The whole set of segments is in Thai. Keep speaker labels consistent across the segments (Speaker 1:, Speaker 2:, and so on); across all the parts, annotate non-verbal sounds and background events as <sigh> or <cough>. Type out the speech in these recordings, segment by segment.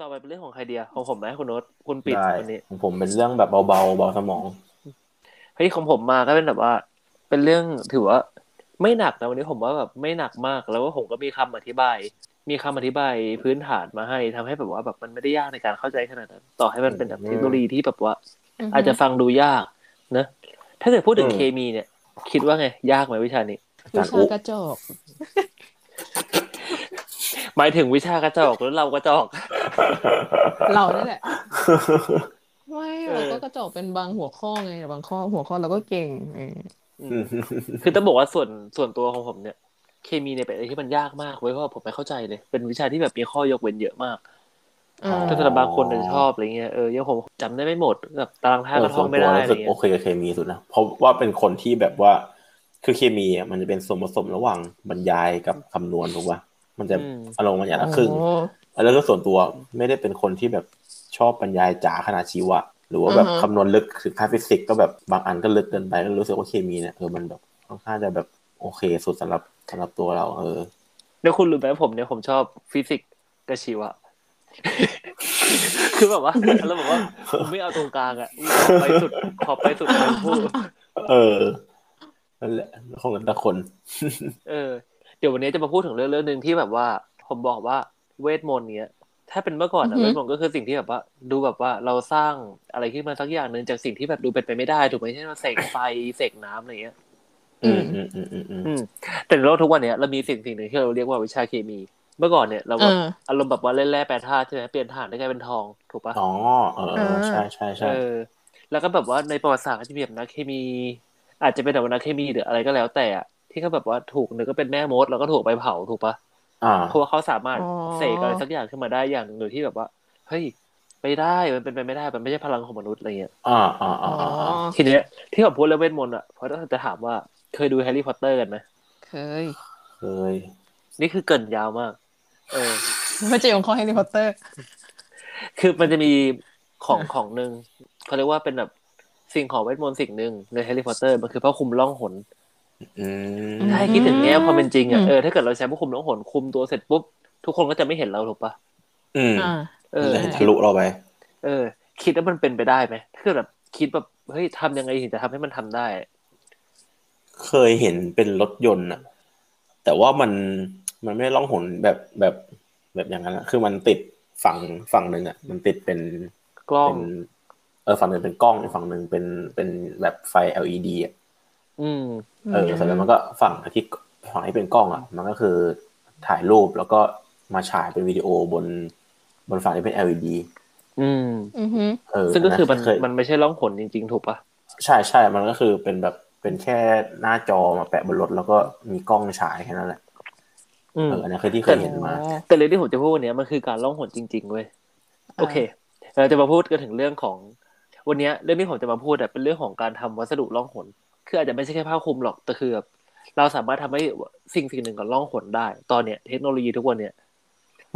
Speaker 1: ต่อไปเป็นเรื่องของใครเดียของผมไหมคุณโน้ตคุณปิด
Speaker 2: ได้
Speaker 1: วันนี้
Speaker 2: ของผมเป็นเรื่องแบบเบาๆเบาสมอง
Speaker 1: เฮ้ยของผมมาก็เป็นแบบว่า เป็นเรื่องถือว่า ไม่หนักนะวันนี้ผมว่าแบบไม่หนักมากแล้วว่าผมก็มีคำอธิบาย มีคำอธิบายพื้นฐานมาให้ทำให้แบบว่าแบบมันไม่ได้ยากในการเข้าใจขนาดนั้นต่อให้มันเป็นแบบเทคโนโลยีที่แบบว่า
Speaker 3: ม
Speaker 1: อาจจะฟังดูยากนะ ถ้าเกิดพูดถึง
Speaker 2: อืม
Speaker 1: เคมีเนี่ย คิดว่าไง ยากไหมวิชานี้
Speaker 2: อา
Speaker 3: วิ
Speaker 2: จารย์
Speaker 3: ชา
Speaker 2: อุ๊
Speaker 3: กระจก
Speaker 1: หมายถึงวิชากระจอกหรือเรากระจอก
Speaker 3: เรานี่แหละ
Speaker 2: <laughs>
Speaker 3: ไม่เราก็กระจกเป็นบางหัวข้อไงแต่บางข้อหัวข้อเราก็เก่งเออ
Speaker 2: อืม
Speaker 1: คือต้องบอกว่าส่วนส่วนตัวของผมเนี่ย เคมีเนี่ยเป็นอะไรที่มันยากมากเว้ยเพราะว่าผมไม่เข้าใจเลย เป็นวิชาที่แบบมีข้อยกเว้นเยอะมาก
Speaker 3: อ่า
Speaker 1: ถ้าสำหรับบางคนเนี่ยชอบอะไรเงี้ยเออยังผมจำได้ไม่หมดแบบตารางธาตุก็ท่องไม่ได้
Speaker 2: เออ
Speaker 1: อะไร
Speaker 2: ส่วนตัวรู้สึก
Speaker 1: เงี้
Speaker 2: โอย เคกับเคมีสุดนะ เพราะว่าเป็นคนที่แบบว่า คือเคมีอ่ะมันจะเป็นส่วนผสมระหว่างบรรยายกับคำนวณถูกป่ะมันจะอารมณ์มันอย่างละครึ่ง
Speaker 3: โ
Speaker 2: แล้วก็ส่วนตัวไม่ได้เป็นคนที่แบบชอบบรรยายจ๋าขนาดชีวะ หรือว่าแบบ
Speaker 3: อือฮะ
Speaker 2: คำนวณลึกถึงค่าฟิสิกส์ก็แบบบางอันก็ลึกเกินไปก็รู้สึกว่าเคมีเนี่ยเออมันแบบค่อนข้างจะแบบโอเคสุดสำหรับสำหรับตัวเรา เออ
Speaker 1: แล้วคุณรู้ไหมผมเนี่ยผมชอบฟิสิกส์กับชีวะ <laughs> คือแบบว่าแล้วแบบว่าไม่เอาตรงกลางอะขอไปสุดขอไปสุดทั้งคู่
Speaker 2: เออนั่นแหละของแต่ละคน
Speaker 1: เออเดี๋ยววันนี้จะมาพูดถึงเรื่องเรื่องหนึ่งที่แบบว่า ผมบอกว่าเวทมนต์เนี้ย ถ้าเป็นเมื่อก่อนอะ
Speaker 3: อือหือ
Speaker 1: เวทมนต์ก็คือสิ่งที่แบบว่า ดูแบบว่าเราสร้างอะไรขึ้นมาสักอย่างหนึ่งจากสิ่งที่แบบดูเป็นไปไม่ได้ถูกไหมเช่นเราเสกไฟเสกน้ำอะไรเงี้ย
Speaker 2: อืมอืมอืมอืมอืม
Speaker 1: อืม แต่ในโลกทุกวันเนี้ยเรามีสิ่งสิ่งหนึ่งที่เราเรียกว่าวิชาเคมี เมื่อก่อนเนี่ยเราแบบ
Speaker 3: อ่า
Speaker 1: อารมณ์แบบว่าเล่นแร่แปรธาตุใช่ไหมเปลี่ยนถ่านได้กลายเป็นทองถูกปะ
Speaker 2: อ๋อเออเออใช่ใช่ใช่
Speaker 1: เออแล้วก็แบบว่าในประวัติศาสตร์ก็จะมีแบบนักเคมี อาจจะเป็นแบบว่านักเคมีหรืออะไรก็แล้วแต่อะที่เขาแบบว่าถูกหนึ่งก็เป็นแม่มดแล้วก็ถูกไปเผาถูกปะ
Speaker 2: อ่า
Speaker 1: เพราะว่าเขาสามารถ
Speaker 3: อ๋อ
Speaker 1: เสกอะไรสักอย่างขึ้นมาได้อย่างหนึ่งโดยที่แบบว่าเฮ้ยไม่ได้มันเป็นไปไม่ได้มันไม่ใช่พลังของมนุษย์อะไรเงี้ย
Speaker 2: อ่าอ่าอ่า
Speaker 3: อ๋อ
Speaker 2: อ่าอ่า
Speaker 1: ทีเนี้ยที่ผมพูดเรื่องเวทมนต์อ่ะเพราะจะถามว่าเคยดูแฮร์รี่พอตเตอร์กันไหม
Speaker 3: เคย
Speaker 2: เคย
Speaker 1: นี่คือเกรินยาวมาก เออ
Speaker 3: ไม่จะยงข้อแฮร์รี่พอตเตอร์
Speaker 1: คือมันจะมีของ
Speaker 3: อ่ะ
Speaker 1: ของหนึ่งเขาเรียกว่าเป็นแบบสิ่งของเวทมนต์สิ่งหนึ่งในแฮร์รี่พอตเตอร์มันคือพระคุมล่องหน
Speaker 2: อืม
Speaker 1: ถ้าให้คิดถึงแง่ความเป็นจริงอ่ะ
Speaker 3: อืม
Speaker 1: เออถ้าเกิดเราใช้ผู้คุมน้องหนคุมตัวเสร็จปุ๊บ ทุกคนก็จะไม่เห็นเราถูกปะ
Speaker 2: อืม
Speaker 3: อ่า
Speaker 1: เออ
Speaker 2: มันจะเห็นทะลุเราไป
Speaker 1: เออ คิดว่ามันเป็นไปได้ไหมถ้าเกิดแบบคิดแบบเฮ้ยทำยังไงถึงจะทำให้มันทำได้อะ
Speaker 2: เคยเห็นเป็นรถยนต์อะแต่ว่ามันมันไม่ได้ล่องหนแบบแบบแบบอย่างนั้นอะคือมันติดฝั่งฝั่งหนึ่งอะมันติดเป็น
Speaker 1: กล้อง
Speaker 2: เป็นเออฝั่งหนึ่งเป็นกล้องอีกฝั่งหนึ่งเป็นเป็นแบบไฟ LED อะ
Speaker 1: อืม
Speaker 2: เออเสร็จแล้วมันก็ฝั่งที่ฝั่งที่เป็นกล้องอะมันก็คือถ่ายรูปแล้วก็มาฉายเป็นวิดีโอบน บนฝั่งที่เป็น LED
Speaker 1: อืม
Speaker 3: อือหือ
Speaker 2: เออ
Speaker 1: ซึ่งก็คือมัน
Speaker 2: เคย
Speaker 1: มันไม่ใช่ล่องหนจริง ๆ ถูกปะ
Speaker 2: ใช่ใช่ มันก็คือเป็นแบบเป็นแค่หน้าจอมาแปะบนรถแล้วก็มีกล้องฉายแค่นั้นแหละ
Speaker 1: อื
Speaker 2: เอ
Speaker 1: ม
Speaker 2: ออันนี้คือที่เคยเห็นมา
Speaker 1: แต่เรื่องที่ผมจะพูดวันเนี้ยมันคือการล่องหนจริง ๆเว้ย
Speaker 3: อ่า
Speaker 1: โอเค เราจะมาพูดกันถึงเรื่องของ วันเนี้ยเรื่องที่ผมจะมาพูดอะเป็นเรื่องของการทำวัสดุล่องหนคืออาจจะไม่ใช่แค่ผ้าคลุมหรอกแต่คือแบบเราสามารถทำให้สิ่งสิ่งหนึ่งกับล่องหนได้ ตอนเนี้ยเทคโนโลยีทุกวันเนี้ย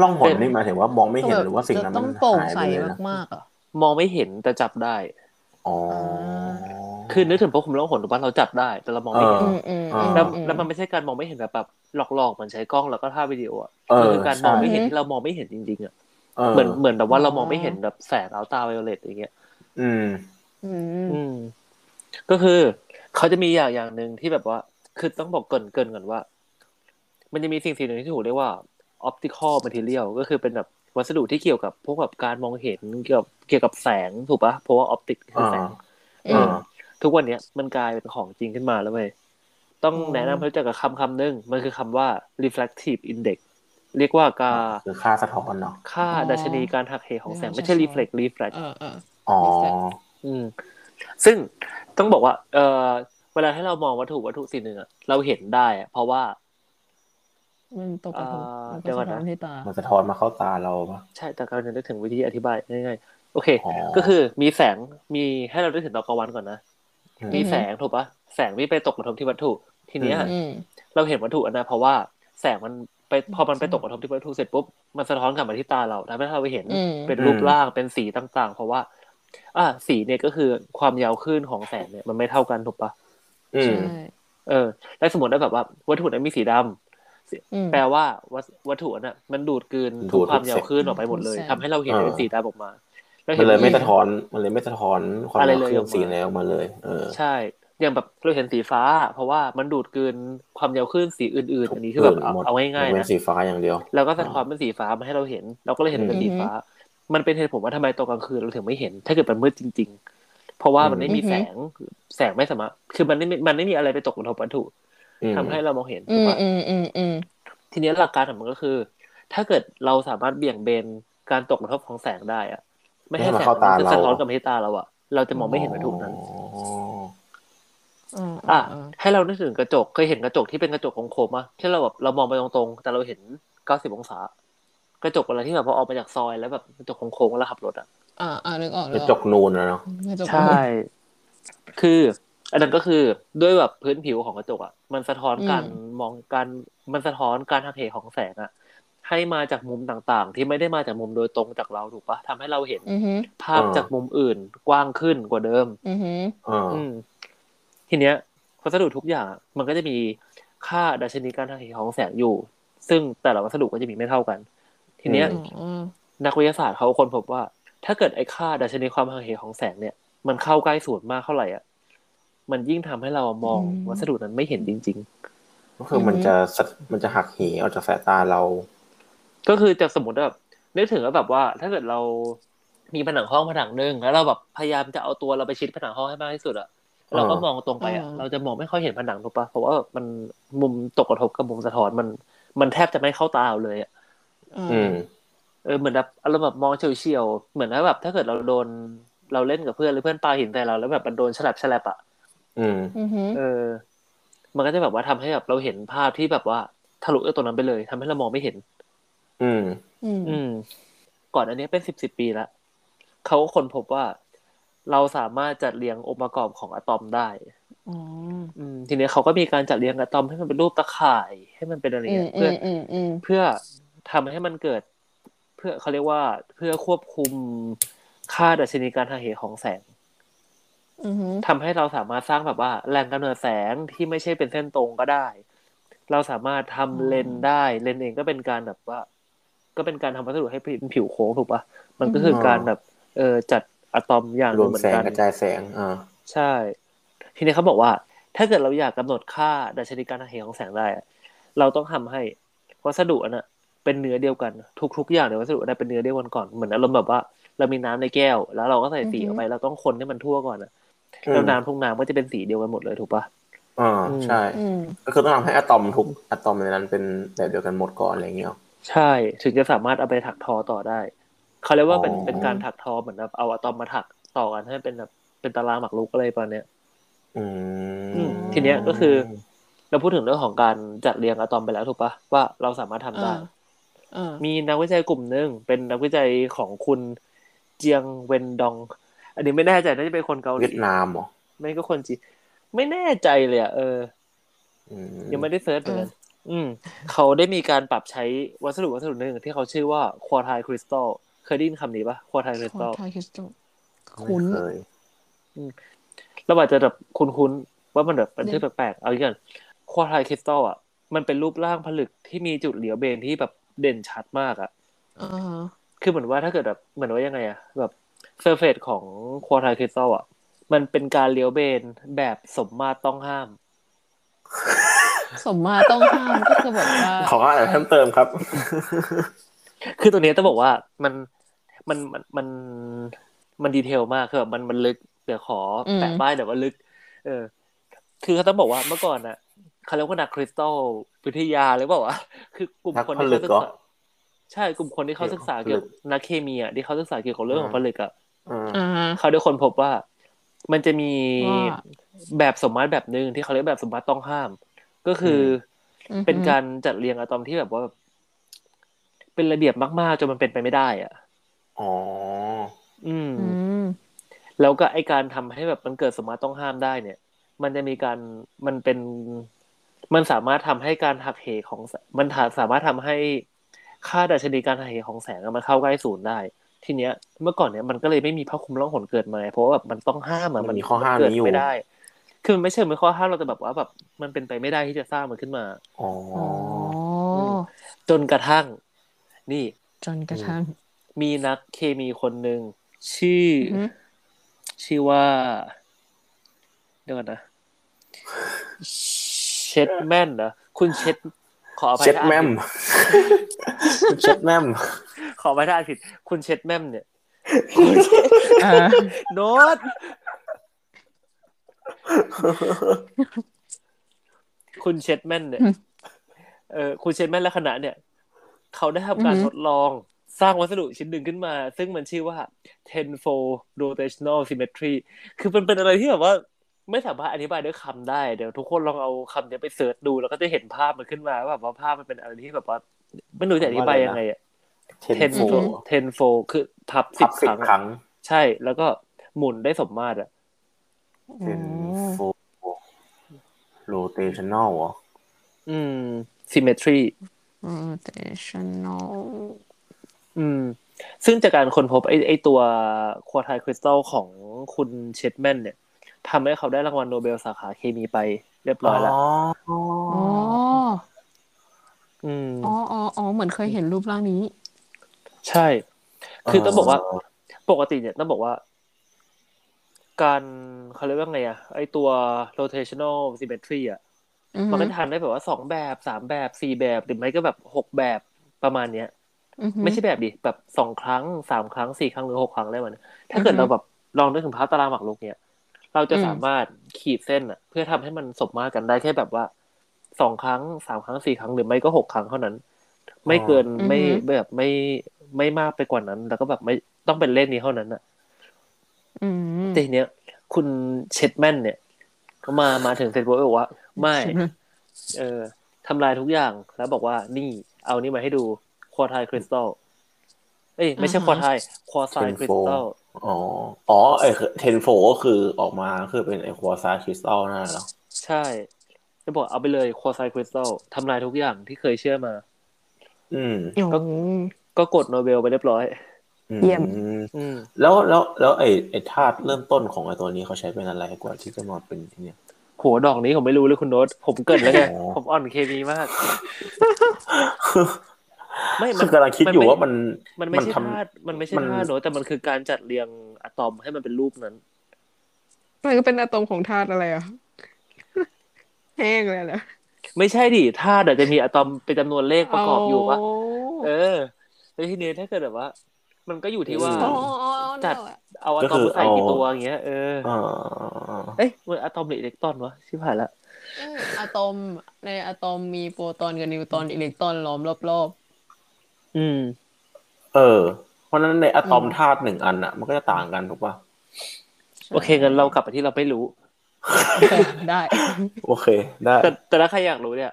Speaker 2: ล่องหนนี่หมายถึงว่ามองไม่เห็น
Speaker 3: แบบ
Speaker 2: หรือว่าสิ่งนั้น
Speaker 3: จะต้
Speaker 2: มั
Speaker 3: อน งโปร่ง
Speaker 2: หาย
Speaker 3: ใส
Speaker 2: ไปเลยนะ
Speaker 3: มากๆอ่ะ
Speaker 1: มองไม่เห็นแต่จับได้
Speaker 2: อ๋อ
Speaker 1: คือนึกถึงพวกคุมล่องหนถูกปะเราจับได้ แต่เรามองไม่เห็น
Speaker 2: เอ
Speaker 3: อื
Speaker 2: อ
Speaker 3: มอืม
Speaker 2: อ่า
Speaker 1: แล้วแล้วมันไม่ใช่การมองไม่เห็นแบบแบบหลอกๆเหมือนใช้กล้องแล้วก็ถ่ายวิดีโออะ
Speaker 2: เอ
Speaker 1: มัน
Speaker 2: อ
Speaker 1: คือการม
Speaker 2: ใช่
Speaker 1: องไม่เห็นที่เรามองไม่เห็นจริงๆอะ
Speaker 2: เออ
Speaker 1: เหมือนเหมือนแบบว่าเรามองไม่เห็นแบบแสงอัลตราไวโอเลตอย่างเงี้ย
Speaker 2: อืม
Speaker 3: อืม
Speaker 1: อืมก็คือเขาจะมีอย่างอย่างหนึ่งที่แบบว่า คือต้องบอกเกรินเกรินก่อนว่า มันจะมีสิ่งสิ่งหนึ่งที่ถูกเรียกว่า optical material ก็คือเป็นแบบวัสดุที่เกี่ยวกับพวกแบบการมองเห็นเกี่ยวกับเกี่ยวกับแสงถูกปะเพราะว่า optic คือ
Speaker 2: อ่า
Speaker 1: แสง
Speaker 3: อืม
Speaker 2: อ่า
Speaker 1: ทุกวันเนี้ยมันกลายเป็นของจริงขึ้นมาแล้วเว้ยต้อง
Speaker 3: อืม
Speaker 1: แนะนำให้รู้จักกับคำคำหนึ่งมันคือคำว่า reflective index เรียกว่าการ
Speaker 2: คือค่าสะท้อนเนาะ
Speaker 1: ค่าดัชนีการหักเหของแสงไม่ใช่ reflect refract
Speaker 3: เออเออ
Speaker 2: อ๋อ
Speaker 1: อืมซึ่งต้องบอกว่า เออเวลาให้เรามองวัตถุวัตถุสิ่งหนึ่งอะเราเห็นได้อะเพราะว่า
Speaker 3: มันตกกระทบ
Speaker 1: อ่า
Speaker 3: มัน
Speaker 1: เดี๋
Speaker 3: ก็
Speaker 1: ยวก่อ
Speaker 3: สะ
Speaker 1: น
Speaker 3: ท้
Speaker 1: นะ
Speaker 3: อนที่ตา
Speaker 2: มันสะท้อนมาเข้าตาเราปะ
Speaker 1: ใช่แต่การจะนึกถึงวิธีอธิบายง่ายๆโอเค
Speaker 2: อ๋อ
Speaker 1: ก็คือมีแสงมีให้เราได้ถึงตอนกลางวันก่อนนะ
Speaker 2: อืม
Speaker 1: มีแสงถูกปะแสงที่ไปตกกระทบที่วัตถุ ทีเนี้ย
Speaker 2: อื
Speaker 3: อืม
Speaker 1: เราเห็นวัตถุอันนั้นเพราะว่าแสงมันไปพอมันไปตกกระทบที่วัตถุเสร็จปุ๊บมันสะท้อนกลับมาที่ตาเราทำให้เราเห็น
Speaker 3: อืม
Speaker 1: เป็นรูปร่างเป็นสีต่างๆ เพราะว่า อ่าสีเนี่ยก็คือความยาวคลื่นของแสงเนี่ยมันไม่เท่ากันถูกปะ
Speaker 2: อืม
Speaker 3: ใช่
Speaker 1: เออแล้วสมมติได้แบบว่าวัตถุนั้นมีสีดำ
Speaker 3: อืม
Speaker 1: แปลว่าวัสวัตถุนั้นน่ะมันดูดกลืน
Speaker 2: ดู
Speaker 1: ทุก
Speaker 2: ด
Speaker 1: ความยาว
Speaker 2: เสร็จ
Speaker 1: คลื่นออกไปหมดเลย
Speaker 3: แสง
Speaker 1: ทำให้เราเห็น
Speaker 2: อ่า
Speaker 1: เป็นสีดำออกมารา
Speaker 2: มั
Speaker 1: ห็
Speaker 2: นเลยไม่สะท้อน มันเลยไม่สะท้อนความ
Speaker 1: อะไร
Speaker 2: ยาว
Speaker 1: เลย
Speaker 2: คลื่
Speaker 1: ออ
Speaker 2: น
Speaker 1: กมา
Speaker 2: สีแล้วมาเลย เออ
Speaker 1: ใช่ อย่างแบบเราเห็นสีฟ้า เพราะว่ามันดูดกลืนความยาวคลื่นสีอื่นๆ อันนี้คือแบบเอา
Speaker 2: หมด
Speaker 1: เอาง่าย
Speaker 2: มัน
Speaker 1: ๆ
Speaker 2: เป็น
Speaker 1: นะ
Speaker 2: สีฟ้าอย่างเดียว
Speaker 1: แล้วก็สะท้อนเป็นสีฟ้ามาให้เราเห็น เราก็เลยเห็นเป็น
Speaker 3: อืม
Speaker 1: สีฟ้า มันเป็นเหตุผลว่าทำไมตอนกลางคืนเราถึงไม่เห็น ถ้าเกิดมันมืดจริง ๆ เพราะว่ามันไม่มีแสงแสงไม่สามารถคือมันไม่มีมันไม่มีอะไรไปตกกระทบวัตถุ
Speaker 2: อืม
Speaker 1: ทำให้เรามองเห็น
Speaker 3: อื
Speaker 1: ถูก
Speaker 3: ม
Speaker 1: ปะ
Speaker 3: อืมอืมอืม
Speaker 1: ทีนี้หลักการของมันก็คือ ถ้าเกิดเราสามารถเบี่ยงเบนการตกกระทบของแสงได้อะไม่ให้
Speaker 2: ไม่ให้มัน
Speaker 1: แสงมันสะ
Speaker 2: เข้าตาเรา
Speaker 1: ท้อนกลับมาที่ตาเราอะเราจะมองไม่เห็นวัตถุนั้น
Speaker 2: อ๋อ
Speaker 3: อ่า
Speaker 1: อ่ะ
Speaker 3: อ่าอ่า
Speaker 1: ให้เรานึกถึงกระจกเคยเห็นกระจกที่เป็นกระจกของโคมอะที่เราแบบเรามองไปตรงๆ แต่เราเห็นเก้าสิบองศา กระจกเวลาที่แบบพอออกมาจากซอยแล้วแบบกระจกของโค้งแล้วขับรถอะ
Speaker 3: อ่าอ่านึกออก
Speaker 2: ก
Speaker 3: นึ
Speaker 2: ระ
Speaker 3: กอ
Speaker 2: จ
Speaker 3: อก
Speaker 2: กนูนนะเนาะ
Speaker 3: กระจก
Speaker 1: ใช่ คือ อันนั้นก็คือด้วยแบบพื้นผิวของกระจกอะมันสะท้อนการมองการมันสะท้อนการหักเหของแสงอะให้มาจากมุมต่างๆ ที่ไม่ได้มาจากมุมโดยตรงจากเราถูกปะทำให้เราเห็น
Speaker 3: อือฮึ
Speaker 1: ภาพ
Speaker 2: อ่า
Speaker 1: จากมุมอื่นกว้างขึ้นกว่าเดิม
Speaker 3: อือฮึ
Speaker 2: อ่า
Speaker 1: อืม ทีเนี้ยวัสดุทุกอย่างอะมันก็จะมีค่าดัชนีการทางเหของแสงอยู่ ซึ่งแต่ละวัสดุก็จะมีไม่เท่ากัน ทีเนี้ย
Speaker 3: อ๋อ
Speaker 1: นักวิทยาศาสตร์เขาค้นพบว่า ถ้าเกิดไอ้ค่าดัชนีความห่างเหของแสงเนี่ย มันเข้าใกล้ศูนย์มากเท่าไหร่อ่ะมันยิ่งทำให้เรามองวัสดุนั้นไม่เห็นจริง
Speaker 2: ก็คือมันจะสะมันจะหักเหออกจากสายตาเรา
Speaker 1: ๆ ก็คือจะสมมติว่าแบบนึกถึงว่าแบบว่า ถ้าเกิดเรามีผนังห้องผนังหนึ่งแล้วเราแบบพยายามจะเอาตัวเราไปชิดผนังห้องให้มากที่สุดอ่ะเราก็มองตรงไปอ่ะเราจะมองไม่ค่อยเห็นผนังถูกปะเพราะว่ามันมุมตกกระทบกับมุมสะท้อนมันมันแทบจะไม่เข้าตาเราเลยอ่ะ
Speaker 3: อ่า
Speaker 2: อืม
Speaker 1: เออเหมือนแบบอารมณ์แบบมองเฉียวๆเหมือนว่าแบบ ถ้าเกิดเราโดนเราเล่นกับเพื่อนหรือเพื่อนปาหินใส่เราแล้วแบบมันโดนฉลับฉลับอ่ะ
Speaker 2: อืม
Speaker 3: อือฮึ
Speaker 1: เออ มันก็จะแบบว่าทำให้แบบเราเห็นภาพที่แบบว่าทะลุจากตรงนั้นไปเลยทำให้เรามองไม่เห็น
Speaker 2: อืม
Speaker 3: อืม
Speaker 1: อืม ก่อนอันเนี้ยเป็นสิบสิบปีละเขาก็ค้นพบว่า เราสามารถจัดเรียงองค์ประกอบของอะตอมได้
Speaker 3: อ๋อ
Speaker 1: อืม ทีเนี้ยเขาก็มีการจัดเรียงอะตอมให้มันเป็นรูปตะข่าย ให้มันเป็นอะไร
Speaker 3: อืม
Speaker 1: เงี้ยเพื่
Speaker 3: อื
Speaker 1: อ
Speaker 3: มอืมอืม
Speaker 1: เพื่อทำให้มันเกิด เพื่อเขาเรียกว่าเพื่อควบคุมค่าดัชนีการทางเหของแสง
Speaker 3: อือฮึ
Speaker 1: ทำให้เราสามารถสร้างแบบว่า แรงกำเนิดแสงที่ไม่ใช่เป็นเส้นตรงก็ได้ เราสามารถทำเลนส์ได้เลนส์เองก็เป็นการแบบว่า ก็เป็นการทำวัสดุให้เป็นผิวโค้งถูกปะมันก็คือการแบบเออจัดอะตอมอย่างห
Speaker 2: ร
Speaker 1: นึ่ง
Speaker 2: วม
Speaker 1: เหมือ
Speaker 2: แส
Speaker 1: น
Speaker 2: ง
Speaker 1: กัน
Speaker 2: กระจายแสง อ่า
Speaker 1: ใช่ ทีนี้เขาบอกว่า ถ้าเกิดเราอยากกำหนดค่าดัชนีการทางเหของแสงได้อะเราต้องทำให้วัสดุอันน่ะเป็นเนื้อเดียวกัน ทุกๆอย่างในวัสดุอันนั้นเป็นเนื้อเดียวกันก่อนเหมือนอารมณ์แบบว่า เรามีน้ำในแก้ว แล้วเราก็ใส่สีเข้าไปเราต้องคนให้มันทั่วก่อนอะ
Speaker 2: อืม
Speaker 1: แล้วน้ำทุกน้ำก็จะเป็นสีเดียวกันหมดเลยถูกปะ
Speaker 2: อ่า
Speaker 1: อืม
Speaker 2: ใช่
Speaker 3: อืม
Speaker 2: ก็คือต้องทำให้อะตอมทุกอะตอมในนั้นเป็นแบบเดียวกันหมดก่อนอะไรอย่างเงี้ยหรอ
Speaker 1: ใช่ ถึงจะสามารถเอาไปถักทอต่อได้เขาเรียกว่าเป็น
Speaker 2: อ๋อ
Speaker 1: เป็นการถักทอเหมือนแบบเอาอะตอมมาถักต่อกันให้เป็นแบบเป็นตารางหมากรุกอะไรประมาณเนี้ย
Speaker 2: อืม
Speaker 1: อืมทีเนี้ยก็คือ เราพูดถึงเรื่องของการจัดเรียงอะตอมไปแล้วถูกปะว่าเราสามารถทำ
Speaker 3: อ่า
Speaker 1: ได้
Speaker 3: อ่า
Speaker 1: มีนักวิจัยกลุ่มหนึ่งเป็นนักวิจัยของคุณเจียงเวนดอง อันนี้ไม่แน่ใจน่าจะเป็นคนเกาห
Speaker 2: เวี
Speaker 1: ลี
Speaker 2: ยดนามเหรอ
Speaker 1: ไม่ก็คนจีนไม่แน่ใจเลยอ่ะเออ
Speaker 2: อืม
Speaker 1: ยังไม่ได้เซิร์ชเหมือนกันอืม เขาได้มีการปรับใช้วัสดุวัสดุหนึ่งที่เขาชื่อว่าควอไทคริสตัลเคยได้ยินคำนี้ปะควอไทคริส
Speaker 3: ขอ
Speaker 1: ตัล
Speaker 3: ทายคริสตัล
Speaker 2: ไม่
Speaker 3: คุ้น
Speaker 2: เคย
Speaker 1: เราอาจจะแบบคุ้นๆว่ามันแบบเป็นชื่อแปลกๆเอาอย่างควอไทคริสตัลอ่ะมันเป็นรูปร่างผลึกที่มีจุดเหลียวเบนที่แบบเด่นชัดมากอ่ะ
Speaker 3: อ่าฮะ
Speaker 1: คือเหมือนว่าถ้าเกิดแบบเหมือนว่ายังไงอะแบบเซอร์เฟสของควอไทคริสตัลอะมันเป็นการเลี้ยวเบนแบบสมมาตรต้องห้าม
Speaker 3: สมมาต้องห้ามก็คือแบบว่า
Speaker 2: ขออ่านเพิ่มเติมครับ
Speaker 1: คือตัวเนี้ยต้องบอกว่ามันมันมันมันมันดีเทลมากคือแบบมันมันลึกเดี๋ยวขอแปะป้ายเดี๋ยวว่าลึก เออ คือเขาต้องบอกว่าเมื่อก่อนอะเขาเรียกว่านักคริสตัลวิทยาหรือเปล่าวะคือกลุ่มคนที่เขาศึก
Speaker 2: นักผลึกเหร
Speaker 1: ษา
Speaker 2: อ
Speaker 1: ใช่กลุ่มคนที่เขาศึกษาเกี่ยวกับนักเคมีอะที่เขาศึกษาเกี่ยวกับเรื่องของ
Speaker 2: อ่า
Speaker 1: ผลึกอะ
Speaker 2: อ่า
Speaker 3: อ่าฮะ
Speaker 1: เขาได้คนพบว่า มันจะมี
Speaker 3: ว่า
Speaker 1: แบบสมมาตรแบบหนึ่งที่เขาเรียกแบบสมมาตรต้องห้าม ก็คืออ
Speaker 3: อือฮึ
Speaker 1: เป็นการจัดเรียงอะตอมที่แบบว่าแบบเป็นระเบียบมากๆจนมันเป็นไปไม่ได้อ่ะ
Speaker 2: อ๋อ
Speaker 1: อืม
Speaker 3: อืม
Speaker 1: แล้วก็ไอการทำให้แบบมันเกิดสมมาตรต้องห้ามได้เนี่ย มันจะมีการมันเป็น มันสามารถทำให้การหักเหของแสมันถาสามารถทำให้ค่าดัชนีการหักเหของแสงอะมันเข้าใกล้ศูนย์ได้ ทีเนี้ย เมื่อก่อนเนี้ยมันก็เลยไม่มีพระคลุมล่องหนเกิดมาไงเพราะว่าแบบมันต้องห้ามอะ
Speaker 2: มันมีข้อห้าม
Speaker 1: เกิด
Speaker 2: นี้อยู่
Speaker 1: ไม่ได้ คือมันไม่ใช่เป็นข้อห้ามเราแต่แบบว่าแบบมันเป็นไปไม่ได้ที่จะสร้างมันขึ้นมา
Speaker 2: อ๋อ
Speaker 3: อ๋อ
Speaker 1: จนกระทั่ง นี่
Speaker 3: จนกระทั่ง
Speaker 1: มีนักเคมีคนหนึ่งชื่ออ
Speaker 3: อหือ
Speaker 1: ชื่อว่า เดี๋ยวก่อนนะ เช็ดแมนนะคุณเช็ด ขออภัย
Speaker 2: เช็ด
Speaker 1: ถ้าอ่าน
Speaker 2: แม่ม
Speaker 1: ผิด
Speaker 2: เช็ดแม่ม
Speaker 1: ขออภัยถ้าอ่านผิด คุณเช็ดแมมเนี่ย
Speaker 3: อ่า
Speaker 1: โน้ต คุณเชดแมนเนี่ย เออคุณเชดแมนและคณะเนี่ย เขาได้ทำการทดลองสร้างวัสดุชิ้นหนึ่งขึ้นมา ซึ่งมันชื่อว่า tenfold rotational symmetry คือมันเป็นอะไรที่แบบว่า ไม่สามารถอธิบายด้วยคำได้ เดี๋ยวทุกคนลองเอาคำเนี้ยไปเสิร์ชดู แล้วก็จะเห็นภาพมันขึ้นมาว่าแบบว่าภาพมันเป็นอะไรที่แบบว่าไม่รู้จะอธิบายยังไงอะ
Speaker 2: เทนโฟ
Speaker 1: tenfold tenfold คือพับสิ
Speaker 2: ทั
Speaker 1: บบ ค
Speaker 2: สิ
Speaker 1: รั้
Speaker 2: บ
Speaker 1: ง
Speaker 2: ค
Speaker 1: อะ
Speaker 2: รั้ง
Speaker 1: ใช่แล้วก็หมุนได้สมมาตรอะ
Speaker 2: เทนโฟโรเตชันแนลเหรอ
Speaker 1: อืม symmetry
Speaker 3: อืม rotational
Speaker 1: อืม ซึ่งจากการค้นพบไอ้ไอ้ตัวควอไทคริสตัลของคุณเชดแมนเนี่ยทำให้เขาได้รางวัลโนเบลสาขาเคมีไปเรียบร้อ
Speaker 2: อ๋อย
Speaker 1: แล้ว
Speaker 3: อ๋อ
Speaker 1: อืม
Speaker 3: อ๋ออ๋ออ๋อเหมือนเคยเห็นรูปร่างนี้
Speaker 1: ใช่ คือต้องบอกว่า ปกติเนี่ยต้องบอกว่า การเขาเรียกว่าไงอะไอตัว rotational symmetry อะ
Speaker 3: อือหื
Speaker 1: มัน
Speaker 3: อ
Speaker 1: ก็ทำได้แบบว่าสองแบบสามแบบสี่แบบหรือไม่ก็แบบหกแบบประมาณเนี้ย
Speaker 3: อือหือ
Speaker 1: ไม่ใช่แบบดิแบบสองครั้งสามครั้งสี่ครั้งหรือหกครั้งได้มันยถ้า
Speaker 3: อือฮึ
Speaker 1: เกิดเราแบบลองนึกถึงภาพตารางหมากรุกเนี่ย เราจะ
Speaker 3: อืม
Speaker 1: สามารถขีดเส้นอะเพื่อทำให้มันสมมาตรกันได้แค่แบบว่าสองครั้งสามครั้งสี่ครั้งหรือไม่ก็หกครั้งเท่านั้น ไม่เกินไม่แบบไม่ไม่มากไปกว่านั้น แล้วก็แบบไม่ต้องเป็นเลขนี้เท่านั้นอะ
Speaker 3: อืม
Speaker 1: แต่ทีเนี้ยคุณเชดแมนเนี่ย ก็มามาถึงเสร็จปุ๊บก็บอกว่า ไม่
Speaker 3: ใช่ห
Speaker 1: เออทำลายทุกอย่างแล้วบอกว่านี่เอานี่มาให้ดูควอไทคริสตัลเอ้ยไม่ใช่ควอไทควอไซคริสตัล
Speaker 2: อ๋ออ๋อไอเทนโฟก็คือออกมาคือเป็นไอควอซาคริสตัลนั่นแหละเหรอ
Speaker 1: ใช่แล้วบอกเอาไปเลยควอไซคริสตัลทำลายทุกอย่างที่เคยเชื่อมา
Speaker 2: อืม
Speaker 3: โอ้โห
Speaker 1: ก็กดโนเบลไปเรียบร้อย
Speaker 2: อื
Speaker 3: เยี่ยม
Speaker 1: อืม
Speaker 2: แล้วแล้วแล้วไอไอธาตุเริ่มต้นของไอตัวนี้เขาใช้เป็นอะไรกว่าที่จะมาเป็นที่เนี่ย <laughs>
Speaker 1: โหดอกนี้ผมไม่รู้เลยคุณโน้ตผมเกิดแล้วไง
Speaker 2: โอ้
Speaker 1: ผมอ่อนเคมีมาก ไม่มั
Speaker 2: คื
Speaker 1: น
Speaker 2: อกำลังคิดอยู่
Speaker 1: ไ
Speaker 2: ว่ามัน
Speaker 1: มันไม่ใช่
Speaker 2: มันทำ
Speaker 1: ธาตุมันไม่ใช่
Speaker 2: มัน
Speaker 1: ธาตุโน้ตแต่มันคือการจัดเรียงอะตอมให้มันเป็นรูปนั้น
Speaker 3: มันก็เป็นอะตอมของธาตุอะไรอ่ะ แห้งเลยเหรอ
Speaker 1: ไม่ใช่ดิธาตุอาจจะมีอะตอมเป็นจำนวนเลขประกอบอยู่ปะ
Speaker 3: โ
Speaker 1: เออแล้วทีนี้ถ้าเกิดแบบว่า มันก็อยู่ที่ว่า
Speaker 3: อ๋ออ๋ออ๋อ
Speaker 1: จั
Speaker 3: จั
Speaker 1: ด
Speaker 3: ด
Speaker 1: เอาอะตอมใส่กี่ตัวอย่างเงี้ยเออ
Speaker 2: อ่า
Speaker 1: เอ้ยมันอะตอมหรืออิเล็กตรอนวะชิบหายละ
Speaker 3: เอออะตอมในอะตอมมีโปรตอนกับนิวตรอนอิเล็กตรอนล้อมรอบ
Speaker 1: อืม
Speaker 2: เออ เพราะฉะนั้นในอะตอม
Speaker 3: อืม
Speaker 2: ธาตุหนึ่งอันอ่ะ มันก็จะต่างกันถูกป่ะ
Speaker 3: ๆ
Speaker 1: โอเคงั้นเรากลับไปที่เราไม่รู้
Speaker 3: โอเคได้
Speaker 2: โอเค ได้
Speaker 1: แต่แต่ถ้าใครอยากรู้เนี่ย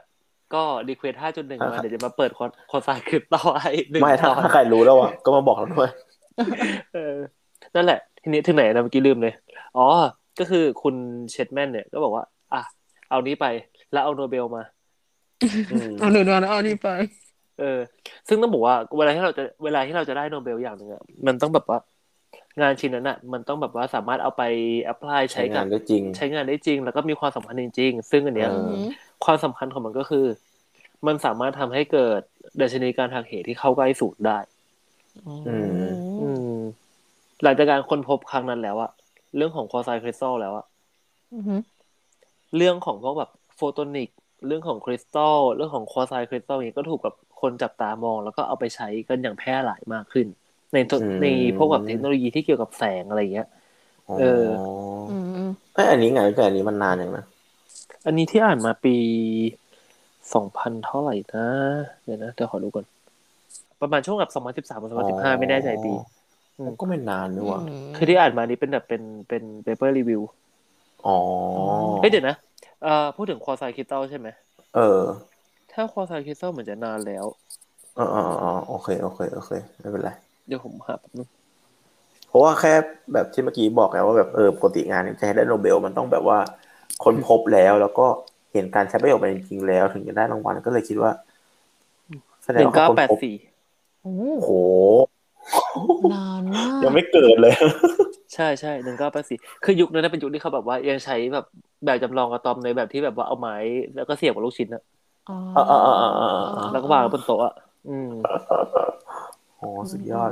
Speaker 1: ก็รีเควสห้าจุดหนึ่งมา
Speaker 2: อ่ะ
Speaker 1: เดี๋ยวจะมาเปิดคอนคอนไซน์คลิปต่อให้หนึ่ง
Speaker 2: ไม่
Speaker 1: ต
Speaker 2: ถ้า
Speaker 1: อน
Speaker 2: ถ้าใครรู้แล้วอ่ะก็มาบอกเราด้วย
Speaker 1: เออนั่นแหละ ทีนี้ถึงไหนนะเมื่อกี้ลืมเลย อ๋อ ก็คือคุณเชดแมนเนี่ยก็บอกว่า อ่ะเอานี้ไปแล้วเอาโนเบลมา
Speaker 3: เอาหนึ่งวันเอานี่ไป
Speaker 1: เออ ซึ่งต้องบอกว่าเวลาที่เราจะเวลาที่เราจะได้โนเบลอย่างหนึ่งอะมันต้องแบบว่า งานชิ้นนั้นอะมันต้องแบบว่าสามารถเอาไปแอพพลาย
Speaker 2: ใช้
Speaker 1: ใช้กั
Speaker 2: งาน
Speaker 1: บ
Speaker 2: ได้จริง
Speaker 1: ใช้งานได้จริง แล้วก็มีความสำคัญจริงๆ ซึ่งอันเนี้ย
Speaker 2: เออ
Speaker 1: ความสำคัญของมันก็คือ มันสามารถทำให้เกิดดัชนีการหักเหที่เข้าใกล้ศูนย์ได้
Speaker 2: อืม
Speaker 1: อืม หลังจากการค้นพบครั้งนั้นแล้วอะเรื่องของควอไซคริสตัลแล้วอะเรื่องของพวกแบบโฟโตนิกเรื่องของคริสตัลเรื่องของควอไซคริสตัลอย่างนี้ก็ถูกแบบคนจับตามอง แล้วก็เอาไปใช้กันอย่างแพร่หลายมากขึ้น ในตัว
Speaker 2: อืม
Speaker 1: ในพวกแบบเทคโนโลยีที่เกี่ยวกับแสงอะไรอย่างเงี้ย เออ
Speaker 2: ไอยอันนี้ไงแต่อันนี้มันนานอย่างนะ
Speaker 1: อันนี้ที่อ่านมาปีสองพันเท่าไหร่นะเดี๋ยวนะเดี๋ยวขอดูก่อน ประมาณช่วงแบบสองพันสิบสามสองพันสิบห้าไม่แน่ใจปี อืม
Speaker 2: ก็ไม่นานด้วยว่ะ
Speaker 1: คือที่อ่านมานี้เป็นแบบเป็นเป็นเปเปอร์รีวิว
Speaker 2: อ๋อ
Speaker 1: เฮ้ยเดี๋ยวนะเอ่อพูดถึงควอไซคริสตัลใช่ไหม
Speaker 2: เออ
Speaker 1: ถ้าควอไซคริสตัลเหมือนจะนานแล้ว
Speaker 2: เออเออเออโอเคโอเคโอเคไม่เป็นไร
Speaker 1: เดี๋ยวผมหาแป๊บนึง
Speaker 2: เพราะว่าแค่แบบที่เมื่อกี้บอกแล้วว่าแบบเออปกติงานจะให้ได้โนเบลมันต้องแบบว่าค้นพบแล้วแล้วก็เห็นการใช้ประโยชน์มันจริงๆแล้ว ถึงจะได้รางวัลก็เลยคิดว่าแส
Speaker 1: ห
Speaker 2: ดง
Speaker 1: นึ่ง
Speaker 2: ว่า
Speaker 1: เก้า
Speaker 2: เขาค้น
Speaker 1: แปด
Speaker 2: พบ
Speaker 1: สี่
Speaker 2: โอ้โห
Speaker 3: นานมาก
Speaker 2: ยังไม่เกิดเลย
Speaker 1: ใช่ใช่หนึ่งเก้าแปดสี่คือยุคนั้นนะเป็นยุคที่เขาแบบว่ายังใช้แบบแบบจำลองอะตอมในแบบที่แบบว่าเอาไม้ แล้วก็เสียบกับลูกชิ้นนะ
Speaker 3: อ๋อ
Speaker 2: เออเออเออเออเออ
Speaker 1: แล้วก็วางไว้บนโต๊ะอะ อืม
Speaker 2: โอ้สุดยอด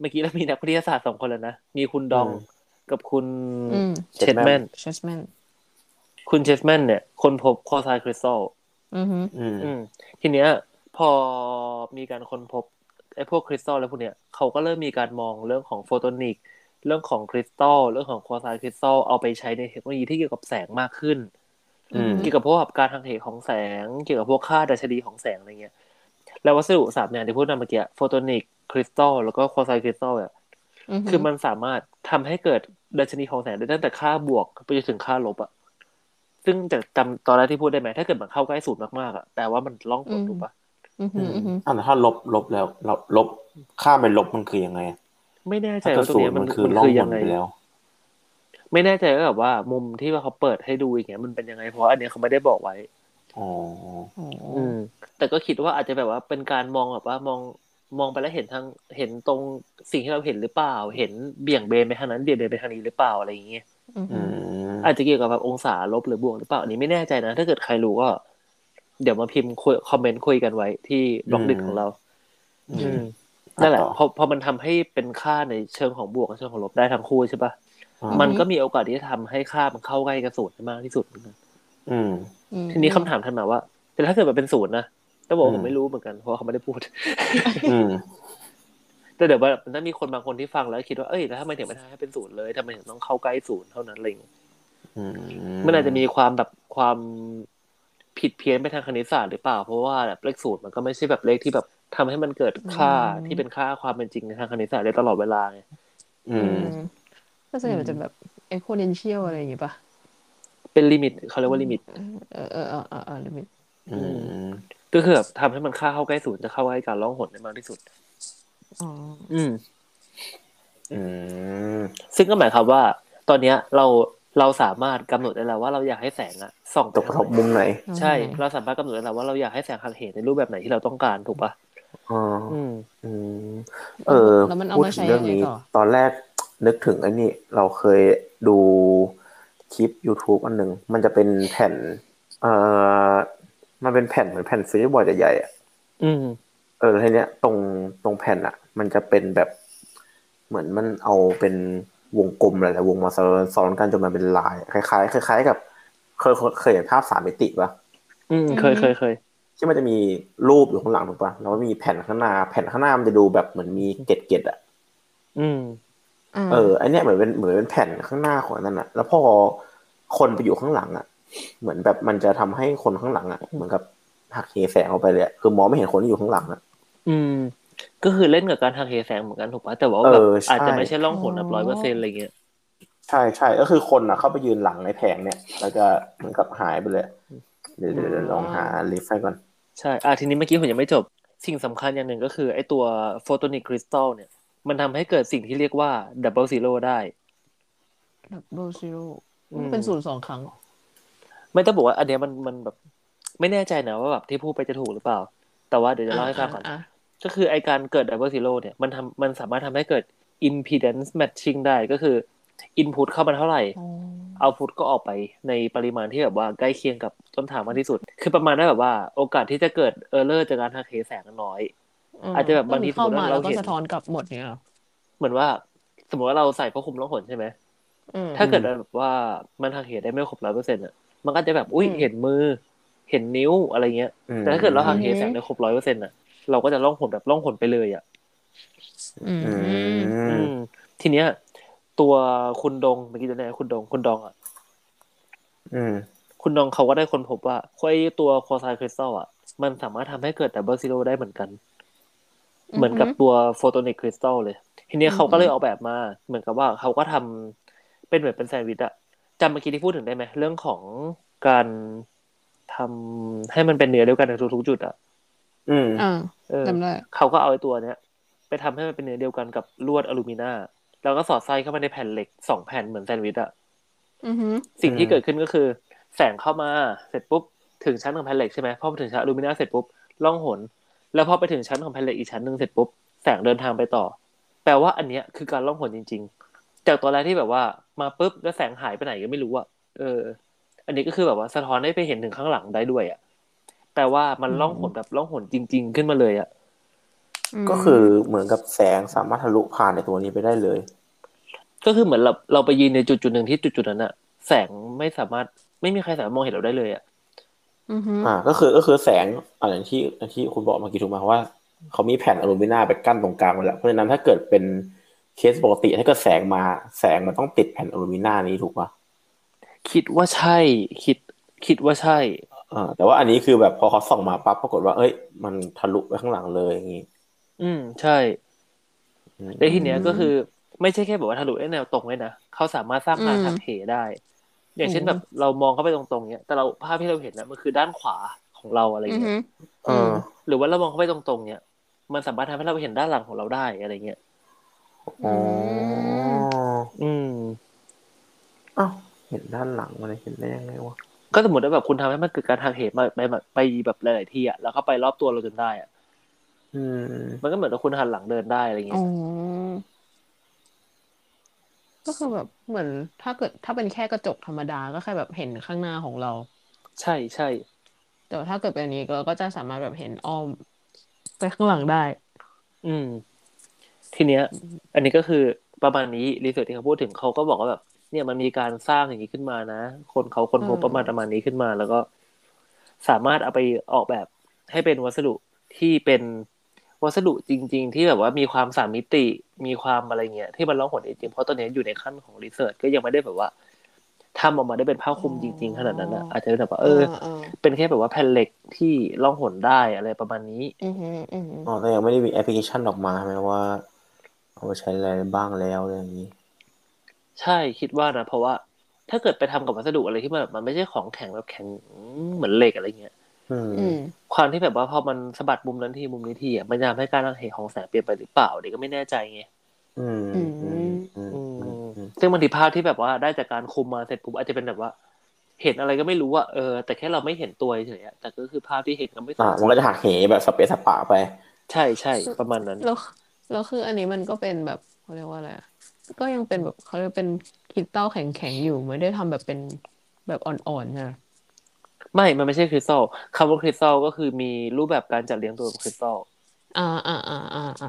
Speaker 1: เมื่อกี้เรามีนักวิทยาศาสตร์สองคนแล้วนะ มีคุณดอง
Speaker 2: อืม
Speaker 1: กับคุณ
Speaker 3: อืม
Speaker 1: เชสแมน
Speaker 3: ชัสแมน
Speaker 1: คุณเชสแมนเนี่ย คนพบคอไซคริสตัล
Speaker 3: อือฮึ
Speaker 2: อืม
Speaker 1: อืมทีเนี้ยพอมีการค้นพบไอ้พวกคริสตัลแล้วพวกเนี้ยเขาก็เริ่มมีการมองเรื่องของโฟโตนิก เรื่องของคริสตัลเรื่องของควอซายคริสตัลเอาไปใช้ในเทคโนโลยีที่เกี่ยวกับแสงมากขึ้น
Speaker 2: อืม
Speaker 1: เกี่ยวกับพวกการทางเหของแสง เกี่ยวกับพวกค่าดัชนีของแสงอะไรเงี้ย แล้ววัสดุสามอย่างที่พูดมาเมื่อกี้โฟโตนิกคริสตัลแล้วก็ควอซายคริสตัลอ่ะ
Speaker 3: ฮึ
Speaker 1: คือมันสามารถทำให้เกิดดัชนีของแสงได้ตั้งแต่ค่าบวกไปจนถึงค่าลบอ่ะซึ่งจากจำตอนแรกที่พูดได้ไหมถ้าเกิดมันเข้าใกล้ศูนย์มากๆอ่ะแปลว่ามันล่องหนถูกปะ
Speaker 3: อือฮึอือฮึ
Speaker 2: อ่ะแล้วถ้าลบลบแล้วลบลบข้ามไปลบมันคือยังไงอะ
Speaker 1: ไม่แน่ใจ
Speaker 2: ถ้า
Speaker 1: ว่าต
Speaker 2: เกิด
Speaker 1: รง
Speaker 2: ศูน
Speaker 1: เนี้ย
Speaker 2: ย์
Speaker 1: มั
Speaker 2: มัน น
Speaker 1: มัน
Speaker 2: คื
Speaker 1: คือ
Speaker 2: ล่อง
Speaker 1: อ
Speaker 2: ห
Speaker 1: ยั
Speaker 2: น
Speaker 1: งไง
Speaker 2: ไปแล้ว
Speaker 1: ไม่แน่ใจว่าแบบว่า มุมที่ว่าเขาเปิดให้ดูอย่างเงี้ยมันเป็นยังไง เพราะว่าอันเนี้ยเขาไม่ได้บอกไว้
Speaker 2: อ๋อ
Speaker 3: โอ้
Speaker 1: อืม แต่ก็คิดว่าอาจจะแบบว่าเป็นการมองแบบว่ามองมองไปแล้วเห็นทางเห็นตรงสิ่งที่เราเห็นหรือเปล่า เห็นเบี่ยงเบนไปทางนั้นเบี่ยงเบนไปทางนี้หรือเปล่าอะไรอย่างเงี้ย
Speaker 3: อือ
Speaker 2: อื
Speaker 3: ฮึ
Speaker 2: ม
Speaker 1: อาจจะเกี่ยวกับแบบองศาลบหรือบวกหรือเปล่าอันนี้ไม่แน่ใจนะ ถ้าเกิดใครรู้ก็เดี๋ยวมาพิมพ์คุยคอมเมนต์คุยกันไว้ที่บล็อกดิของเรา
Speaker 2: อื
Speaker 1: อื
Speaker 2: ม
Speaker 1: มนั่นแหละ
Speaker 2: ต่อ
Speaker 1: พอพอมันทำให้เป็นค่าในเชิงของบวกกับเชิงของลบได้ทั้งคู่ใช่ปะ มันก็มีโอกาสที่จะทำให้ค่ามันเข้าใกล้กับศูนย์ได้มากที่สุดเหมือนกัน
Speaker 2: อืม
Speaker 3: อืม
Speaker 1: ทีนี้คำถามทันมาว่า แต่ถ้าเกิดมันเป็นศูนย์นะต้องบอกว่า
Speaker 2: อื
Speaker 1: ผ
Speaker 2: ม
Speaker 1: มไม่รู้เหมือนกันเพราะว่าเขาไม่ได้พูด
Speaker 2: อืม
Speaker 1: แต่เดี๋ยวว่ามันจะมีคนบางคนที่ฟังแล้วคิดว่าเอ้ยแล้วทำไมถึงไม่ทำให้เป็นศูนย์เลยทำไมถึงต้องเข้าใกล้ศูนย์เท่านั้นอะไรอย่างเงี้ย
Speaker 2: อืม
Speaker 1: มันอาจจะมีความแบบความผิดเพี้ยนไปทางคณิตศาสตร์หรือเปล่า เพราะว่าแบบเลขศูนย์มันก็ไม่ใช่แบบเลขที่แบบทำให้มันเกิดค่าที่เป็นค่าความเป็นจริงในทางคณิตศาสตร์ได้ตลอดเวลาไง
Speaker 2: อื
Speaker 3: อื
Speaker 2: ม
Speaker 3: มก็ส่วนใหญ่มันจะแบบเอ็กโคเนนเชียลอะไรอย่างงี้ป่ะ
Speaker 1: เป็นลิมิตเขาเรียกว่าลิมิต
Speaker 3: เออเออเออเออเออลิมิต
Speaker 2: อืม
Speaker 1: ก็คือแบบทำให้มันค่าเข้าใกล้ศูนย์จะเข้าใกล้การล่องหนได้มากที่สุด
Speaker 3: อ๋อ
Speaker 1: อืม
Speaker 2: อืม
Speaker 1: ซึ่งก็หมายความว่า ตอนเนี้ยเราเราสามารถกำหนดได้แล้วว่าเราอยากให้แสงอะส่องไป
Speaker 2: ตกกระทบมุมไหน
Speaker 1: ใช่ เราสามารถกำหนดได้แล้วว่าเราอยากให้แสงหักเหในรูปแบบไหนที่เราต้องการถูกปะ
Speaker 2: อ๋อ
Speaker 1: อืม
Speaker 2: อืม เออ
Speaker 3: แล้วมันเอา
Speaker 2: พูด
Speaker 3: มา
Speaker 2: ถึ
Speaker 3: ใช้
Speaker 2: งเรื่
Speaker 3: ยั
Speaker 2: อง
Speaker 3: งไง
Speaker 2: นี้
Speaker 3: ต่อ
Speaker 2: ตอนแรกนึกถึงไอ้นี่ เราเคยดูคลิป YouTube อันหนึ่ง มันจะเป็นแผ่น เอ่อ มันเป็นแผ่นเหมือนแผ่นซีรีส์บอร์ดใหญ่ๆอะ
Speaker 1: อืม
Speaker 2: เออทีเนี้ยตรงตรงแผ่นอะมันจะเป็นแบบเหมือนมันเอาเป็นวงกลมหลายๆวงมาซ้อนซ้อนกันจนมันเป็นลาย คล้ายๆคล้ายๆกับเคยเคยเคยเห็นภาพสามมิติปะ
Speaker 1: อืม เคยเคยเคย
Speaker 2: ที่มันจะมีรูปอยู่ข้างหลังถูกปะแล้วก็มีแผ่นข้างหน้า แผ่นข้างหน้ามันจะดูแบบเหมือนมีเกล็ดเกล็ดๆอะ
Speaker 1: อืม
Speaker 3: อ่า
Speaker 2: เออไอนเนี้ยเหมือนเป็นเหมือนเป็นแผ่นข้างหน้าของอันนั่นอะแล้วพอคนไปอยู่ข้างหลังอะเหมือนแบบมันจะทำให้คนข้างหลังอะเหมือนกับหักเหแสงออกไปเลยอะคือมองไม่เห็นคนที่อยู่ข้างหลังอะ
Speaker 1: อืม ก็คือเล่นกับการทางเหแสงเหมือนกันถูกปะแต่ว่า
Speaker 2: เออ
Speaker 1: แบบ
Speaker 2: ใช่
Speaker 1: อาจจะไม่ใช่ล่องหนแบบร้อยเปอร์เซ็นต์อะไรเงี้ย
Speaker 2: ใช่ใช่ก็คือคนอ่ะเข้าไปยืนหลังในแผงเนี่ย แล้วจะเหมือนกับหายไปเลย เดี๋ยวเดี๋ยวเดี๋ยวลองหาลิฟต์ให้ก่อน
Speaker 1: ใช่ อ่ะทีนี้เมื่อกี้ผมยังไม่จบ สิ่งสำคัญอย่างหนึ่งก็คือไอ้ตัวโฟโตนิกคริสตัลเนี่ย มันทำให้เกิดสิ่งที่เรียกว่าดับเบิลซีโร่ได้
Speaker 3: ดับเบิลซีโร่
Speaker 1: อืม
Speaker 3: เป็นศูนย์สองครั้งเหรอ
Speaker 1: ไม่ต้องบอกว่าอันเนี้ยมันมันแบบ ไม่แน่ใจนะว่าแบบที่พูดไปจะถูกหรือเปล่า แต่ว่าเดี๋ยวจะเล่าให้ฟังก่อน
Speaker 3: อ่ะ
Speaker 1: ก็คือไอการเกิด double zero เนี่ยมันทำมันสามารถทำให้เกิด impedance matching ได้ก็คือ input เข้ามาเท่าไหร่
Speaker 3: อ๋อ
Speaker 1: output ก็ออกไปในปริมาณที่แบบว่าใกล้เคียงกับต้นทางมากที่สุด คือประมาณได้แบบว่าโอกาสที่จะเกิด error จากการทางเคแสงน้อย อาจจะแบบบางที
Speaker 3: เข้า
Speaker 1: สมมุติ
Speaker 3: มา
Speaker 1: ว่า
Speaker 3: แล้ว
Speaker 1: เรา
Speaker 3: ก็
Speaker 1: เห็น
Speaker 3: สะท้อนกลับหมดเนี่ยเหรอ
Speaker 1: เหมือนว่าสมมติว่าเราใส่ควบคุมล่องหนใช่ไหม
Speaker 3: อืม
Speaker 1: ถ้าเกิดแบบว่ามันทางเหตุได้ไม่ครบร้อยเปอร์เซ็นต์อ่ะ มันก็จะแบบอุ้ย
Speaker 3: อืม
Speaker 1: เห็นมือ เห็นนิ้วอะไรเงี้ย
Speaker 2: อืม
Speaker 1: แต่ถ้าเกิดเราทางเหตุแสงได้ครบร้อยเปอร์เซ็นต์อ่ะ เราก็จะล่องหนแบบล่องหนไปเลยอ่ะ
Speaker 3: อืม
Speaker 2: อื
Speaker 1: อืม
Speaker 2: ม
Speaker 1: ทีเนี้ย ตัวคุณดงเมื่อกี้จะไหนคุณดงคุณดองอ่ะ
Speaker 2: อืม
Speaker 1: คุณดองเขาก็ได้คนพบว่าไอ้ตัวควอไซคริสตัลอ่ะ มันสามารถทำให้เกิดดับเบิลซีโร่ได้เหมือนกัน เหมือนกับตัวโฟโตนิกคริสตัลเลย ทีเนี้ยเขาก็เลยออกแบบมา เหมือนกับว่าเขาก็ทำเป็นเหมือนเป็นแซนด์วิชอะจำเมื่อกี้ที่พูดถึงได้ไหม เรื่องของการทำให้มันเป็นเนื้อเดียวกันในทุกๆจุดอะ
Speaker 2: อืม
Speaker 3: อ่า
Speaker 1: เออ
Speaker 3: จำได้
Speaker 1: เขาก็เอาไอ้ตัวเนี้ย ไปทำให้มันเป็นเนื้อเดียวกันกับลวดอลูมิเนียมแล้วก็สอดไส้เข้ามาในแผ่นเหล็กสองแผ่นเหมือนแซนด์วิชอะ
Speaker 3: อือฮึ
Speaker 1: สิ่งที่เกิดขึ้นก็คือ แสงเข้ามาเสร็จปุ๊บ ถึงชั้นของแผ่นเหล็กใช่ไหมพอไปถึงชั้นอลูมิเนียมเสร็จปุ๊บล่องหน แล้วพอไปถึงชั้นของแผ่นเหล็กอีกชั้นหนึ่งเสร็จปุ๊บแสงเดินทางไปต่อ แปลว่าอันเนี้ยคือการล่องหนจริง ๆ จากตอนแรกที่แบบว่ามาปุ๊บแล้วแสงหายไปไหนก็ไม่รู้อะเออ อันนี้ก็คือแบบว่าสะท้อนได้ไปเห็นถึงข้างหลังได้ด้วยอะแปลว่ามันล่องหนแบบล่องหนจริง ๆ ขึ้นมาเลยอะ
Speaker 3: ม
Speaker 2: ก็คือเหมือนกับแสงสามารถทะลุผ่านในตัวนี้ไปได้เลย
Speaker 1: ก็คือเหมือนเราเราไปยืนในจุดจุดหนึ่งที่จุดจุดนั้นอะแสงไม่สามารถไม่มีใครสามารถมองเห็นเราได้เลยอะ
Speaker 3: อือฮึ
Speaker 2: อ่า ก็คือก็คือแสงอะอย่างที่อย่างที่คุณบอกเมื่อกี้ถูกไหมว่า เขามีแผ่นอลูมิเนียมไปกั้นตรงกลางไว้แล้วเพราะฉะนั้นถ้าเกิดเป็นเคสปกติถ้าเกิดแสงมาแสงมันต้องติดแผ่นอลูมิเนียมนี้ถูกปะ
Speaker 1: คิดว่าใช่คิดคิดว่าใช่
Speaker 2: อ่าแต่ว่าอันนี้คือแบบพอเขาส่องมาปั๊บปรากฏว่าเอ้ย มันทะลุไปข้างหลังเลยอย่างนี้
Speaker 1: อืมใช่
Speaker 2: อืม
Speaker 1: และทีเนี้ยก็คือไม่ใช่แค่แบบว่าทะลุไอ้แนวตรงเลยนะเขาสามารถสร้างทางทับเหได้ อย่างเช่นแบบเรามองเข้าไปตรงๆเนี้ย แต่เราภาพที่เราเห็นนะมันคือด้านขวาของเราอะไร
Speaker 3: อือ
Speaker 1: เงี้
Speaker 3: ฮึ
Speaker 1: ย
Speaker 2: เออ
Speaker 1: หรือว่าเรามองเข้าไปตรงๆเนี้ยมันสามารถทำให้เราเห็นด้านหลังของเราได้อะไรเงี้ย
Speaker 2: อ๋อ
Speaker 1: อืม
Speaker 2: อ้าวเห็นด้านหลังมันเห็นได้ยังไงวะ
Speaker 1: ก็สมมติว่าแบบคุณทำให้มันเกิดการทางเหตุมาไปแบบไปแบบหลาย ๆ ที่อ่ะแล้วก็ไปรอบตัวเราจนได้อ่ะ
Speaker 2: อืม
Speaker 1: มันก็เหมือนกับคุณหันหลังเดินได้อะไร
Speaker 3: อ๋
Speaker 1: เงี้
Speaker 3: อย ก็คือแบบเหมือนถ้าเกิดถ้าเป็นแค่กระจกธรรมดาก็แค่แบบเห็นข้างหน้าของเรา
Speaker 1: ใช่ใช่
Speaker 3: แต่ว่าถ้าเกิดเป็นอันนี้ก็ก็จะสามารถแบบเห็นอ้อมไปข้างหลังได้
Speaker 1: อืม ทีเนี้ย อันนี้ก็คือประมาณนี้รีเสิร์ชที่เขาพูดถึงเขาก็บอกว่าแบบ เนี่ยมันมีการสร้างอย่างนี้ขึ้นมานะ คนเขาคนพบ
Speaker 3: อืม
Speaker 1: ประมาณประมาณนี้ขึ้นมา แล้วก็สามารถเอาไปออกแบบให้เป็นวัสดุที่เป็นวัสดุจริง ๆ ที่แบบว่ามีความสามมิติ มีความอะไรเงี้ยที่มันร้องหนจริงๆเพราะตอนนี้อยู่ในขั้นของรีเสิร์ชก็ยังไม่ได้แบบว่าทำออกมาได้เป็นผ้าคลุมจริง ๆ ขนาดนั้นนะอาจจะแบบว่าเออ
Speaker 3: เออ
Speaker 1: เป็นแค่แบบว่าแผ่นเหล็กที่ล่องหนได้อะไรประมาณนี้
Speaker 3: อือฮึอือฮึ
Speaker 2: อ๋อแต่ยังไม่ได้มีแอปพลิเคชันออกมาใช่ไหมว่า เอาไปใช้อะไรบ้างแล้วอะไรอย่างนี้
Speaker 1: ใช่คิดว่านะ เพราะว่าถ้าเกิดไปทำกับวัสดุอะไรที่มันแบบมันไม่ใช่ของแข็งแบบแข็งเหมือนเหล็กอะไรเงี้ย
Speaker 2: อืม
Speaker 3: อืม
Speaker 1: ความที่แบบว่าพอมันสะบัดมุมนั้นทีมุมนี้ทีอ่ะมันจะทำให้การรังเหของแสงเปลี่ยนไปหรือเปล่าเด็กก็ไม่แน่ใจไง
Speaker 2: อืมอืมอืม
Speaker 1: อืม
Speaker 2: อืมอืม
Speaker 1: ซึ่งบางทีภาพที่แบบว่าได้จากการคุมมาเสร็จปุ๊บอาจจะเป็นแบบว่า เห็นอะไรก็ไม่รู้ว่าเออ แต่แค่เราไม่เห็นตัวเฉยๆอะแต่ก็คือภาพที่เห็นก็ไม่ส
Speaker 2: อ่ะ
Speaker 1: วย
Speaker 2: มันก็จะหักเหแบบสเปซสปะไป
Speaker 1: ใช่ใช่ประมาณนั้น
Speaker 3: แล้วแล้วคืออันนี้มันก็เป็นแบบเขาเรียกว่าอะไรอะก็ยังเป็นแบบเขาเรียกเป็นคริสตัลแข็งๆอยู่ไม่ได้ทำแบบเป็นแบบอ่อนๆใช่ไหม
Speaker 1: ไม่ มันไม่ใช่คริสตัลคำว่าคริสตัลก็คือมีรูปแบบการจัดเรียงตัวของคริสตัล
Speaker 3: อ่าอ่าอ่าอ่าอ่า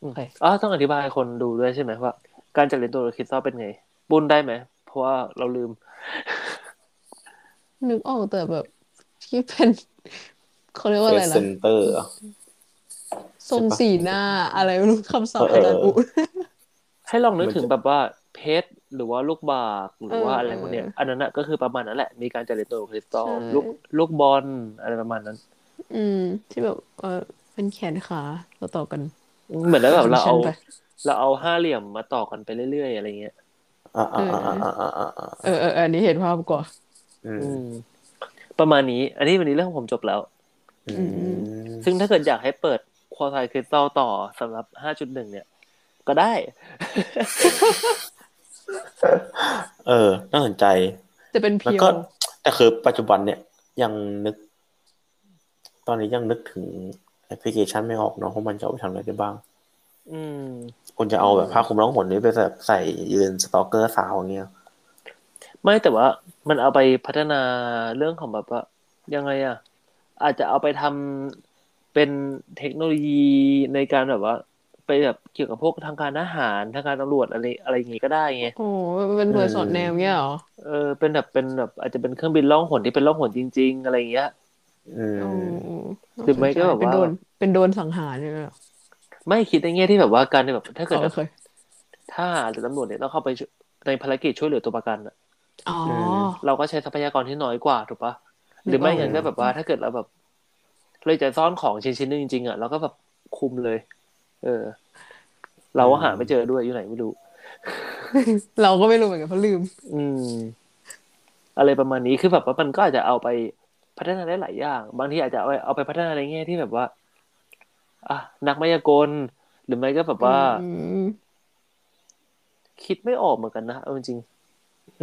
Speaker 3: โอเค
Speaker 1: อ๋อต้องอธิบายให้คนดูด้วยใช่ไหมว่า การจัดเรียนตัวคริสตัลเป็นไง บุญได้ไหม เพราะว่าเราลืม
Speaker 3: นึกออกแต่แบบที่เป็นเขาเรียกว่าอะไร
Speaker 2: Face
Speaker 3: นะ
Speaker 2: Center เหรอ
Speaker 3: ทรงสีหน้าอะไรไม่รู้คำศัพท์
Speaker 2: เออ
Speaker 3: อา
Speaker 2: เออ
Speaker 3: จารย์อุ
Speaker 1: ให้ลองนึกถึง
Speaker 2: มันจะ
Speaker 1: แบบว่าเพชรหรือว่าลูกบากหรือว่า
Speaker 3: เอออ
Speaker 1: อะไรพวกเนี้ยอันนั้นน่ะก็คือประมาณนั้นแหละ มีการจัดเรียนตัวคริสตัล
Speaker 3: ใช่
Speaker 1: ลูกลูกบอลอะไรประมาณนั้น
Speaker 3: อืม ที่แบบเออเป็นแขนขาต่อต่อกัน
Speaker 1: เหมือนแล้วแบบเราเอา
Speaker 3: ชันๆไป
Speaker 1: เราเอาห้าเหลี่ยมมาต่อกันไปเรื่อยๆอะไรเงี้ย
Speaker 2: อ่าอ่าอ่าอ่าอ่าอ่าอ่า
Speaker 3: เออเอออันนี้เห็นภาพกว่า
Speaker 2: อืม
Speaker 1: อืม ประมาณนี้ อันนี้วันนี้เรื่องของผมจบแล้ว
Speaker 2: อืม
Speaker 1: ซึ่งถ้าเกิดอยากให้เปิดควอไทคริสตัลต่อสำหรับห้าจุดหนึ่งเนี่ย ก็ได้
Speaker 2: เออ น่าสนใจ
Speaker 3: จะเป็น
Speaker 2: แล้ว
Speaker 3: เพีย
Speaker 2: ก็
Speaker 3: ว
Speaker 2: แต่คือปัจจุบันเนี่ยยังนึก ตอนนี้ยังนึกถึงแอปพลิเคชันไม่ออกเนาะว่ามันจะเอาไปทำอะไรได้บ้าง
Speaker 1: อืม
Speaker 2: คุณจะเอาแบบผ้าคลุมร่องหนนี้ไปแบบใส่ยืนสตอกเกอร์สาวอย่างเงี้ย
Speaker 1: ไม่แต่ว่ามันเอาไปพัฒนาเรื่องของแบบว่ายังไงอ่ะ อาจจะเอาไปทำเป็นเทคโนโลยีในการแบบว่า ไปแบบเกี่ยวกับพวกทางการอาหารทางการตำรวจอะไรอะไรอย่างงี้ก็ได้ไง
Speaker 3: โอ้โหเป็นเพอร์สอนแนวเงี้ยเหรอ
Speaker 1: เออเป็นแบบเป็นแบบ อาจจะเป็นเครื่องบินล่องหนที่เป็นล่องหนจริง ๆ อะไรอย่างเงี้ย
Speaker 2: อื
Speaker 3: โอ้
Speaker 2: ม
Speaker 3: โห
Speaker 1: หรือไม่ก็แบบว่า
Speaker 3: เป็นโดนเป็นโดนสังหารใช่ไหม
Speaker 1: ไม่คิดในแง่ที่แบบว่าการที่แบบถ้า
Speaker 3: เกิ
Speaker 1: เกิด
Speaker 3: ดเคย
Speaker 1: ถ้าหรือตำรวจเนี่ยต้องเข้าไปช่วยในภารกิจช่วยเหลือตัวประกันอะ
Speaker 3: อ๋อ
Speaker 1: เราก็ใช้ทรัพยากรที่น้อยกว่าถูกปะหรือไม่อย่างก็แบบว่าถ้าเกิดเราแบบเราอยากจะซ่อนของชิ้นชิ้นๆนึงจริงๆอ่ะเราก็แบบคุมเลย เออ เราก็หาไม่เจอด้วยอยู่ไหนไม่รู้
Speaker 3: เราก็ไม่รู้เหมือนกันเพราะลืม
Speaker 1: อืม อะไรประมาณนี้คือแบบว่ามันก็อาจจะเอาไปพัฒนาได้หลายอย่าง บางทีอาจจะเอาไปเอาไปพัฒนาในแง่ที่แบบว่า อ่ะนักมายากล หรือไม่ก็แบบว่า
Speaker 3: อืม
Speaker 1: คิดไม่ออกเหมือนกันนะเอาจริง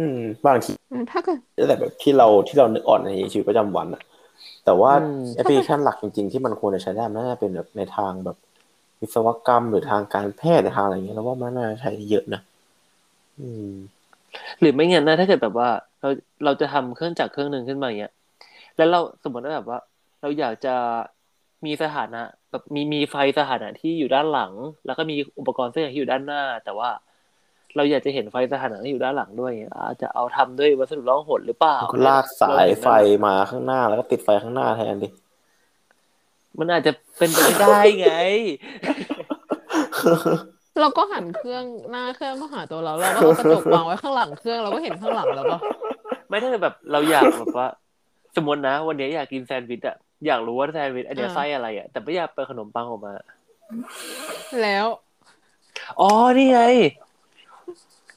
Speaker 2: อืม บางที
Speaker 3: ถ้าเกิด
Speaker 2: แต่แบบที่เราที่เรานึกออกในชีวิตประจำวันอะแต่ว่าแอปพลิเคชันหลักจริงๆ ที่มันควรจะใช้ได้มันน่าจะเป็นแบบในทางแบบ วิศวกรรมหรือทางการแพทย์หรือทางอะไรเงี้ยเราว่ามันน่าจะใช้เยอะนะอืม
Speaker 1: ๆหรือไม่งั้นนะถ้าเกิดแบบว่า เราเราจะทำเครื่องจักรเครื่องหนึ่งขึ้นมาอย่างเงี้ยแล้วเราสมมติว่าแบบว่า เราอยากจะมีสถานะ แบบมีมีไฟสถานะที่อยู่ด้านหลัง แล้วก็มีอุปกรณ์เส้นอย่างที่อยู่ด้านหน้า แต่ว่า เราอยากจะเห็นไฟสถานะที่อยู่ด้านหลังด้วยเงี้ยอาจจะเอาทำด้วยวัสดุร่องหนหรือเปล่า
Speaker 2: ก็ลากสายไฟมาข้างหน้าแล้วก็ติดไฟข้างหน้าแทนดิ
Speaker 1: มันอาจจะเป็นไปไม่ได้ไง
Speaker 3: เราก็หันเครื่องหน้าเครื่องก็หาตัวเราเราก็เอากระจกวางไว้ข้างหลังเครื่องเราก็เห็นข้างหลังแล้วก็
Speaker 1: ไม่ถ้าแบบเราอยากแบบว่า สมมตินะ วันนี้อยากกินแซนด์วิชอะอยากรู้ว่าแซนด์วิชอันเนี้ยไส้อะไรอะแต่ไม่อยากเปิดขนมปังออกมา
Speaker 3: แล้ว
Speaker 1: อ๋อนี่ไง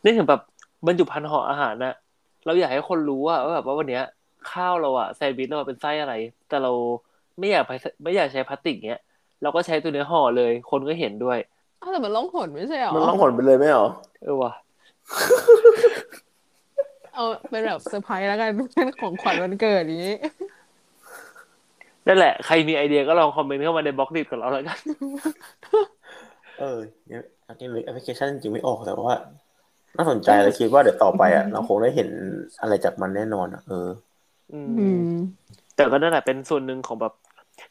Speaker 1: นึกถึงแบบบรรจุภัณฑ์ห่ออาหารนะเราอยากให้คนรู้ว่าว่าแบบว่าวันเนี้ย ข้าวเราอะแซนด์วิชเราอะเป็นไส้อะไร แต่เราไม่อยากไปไม่อยากใช้พลาสติกเนี้ยเราก็ใช้ตัวเนื้อห่อเลย คนก็เห็นด้วย
Speaker 3: อ้าวแต่มันล่องหนไม่ใช่หรอ
Speaker 2: มันล่องหนไปเลยไหมเหรอ
Speaker 1: เออว่ะ
Speaker 3: เอาเป็นแบบเซอร์ไพรส์แล้วกันเป็นของขวัญวันเกิดอย่างนี้
Speaker 1: นั่นแหละใครมีไอเดียก็ลองคอมเมนต์เข้ามาในบล็อกดิบกับเราแล้วกัน
Speaker 2: เออเนี่ยอันนี้เลยแอปพลิเคชันจริงไม่ออกแต่ว่าน่าสนใจเลยคิดว่าเดี๋ยวต่อไปอ่ะ เราคงได้เห็นอะไรจากมันแน่นอนอะเออ
Speaker 1: อืม
Speaker 3: อืม
Speaker 1: แต่ก็นั่นแหละเป็นส่วนหนึ่งของแบบ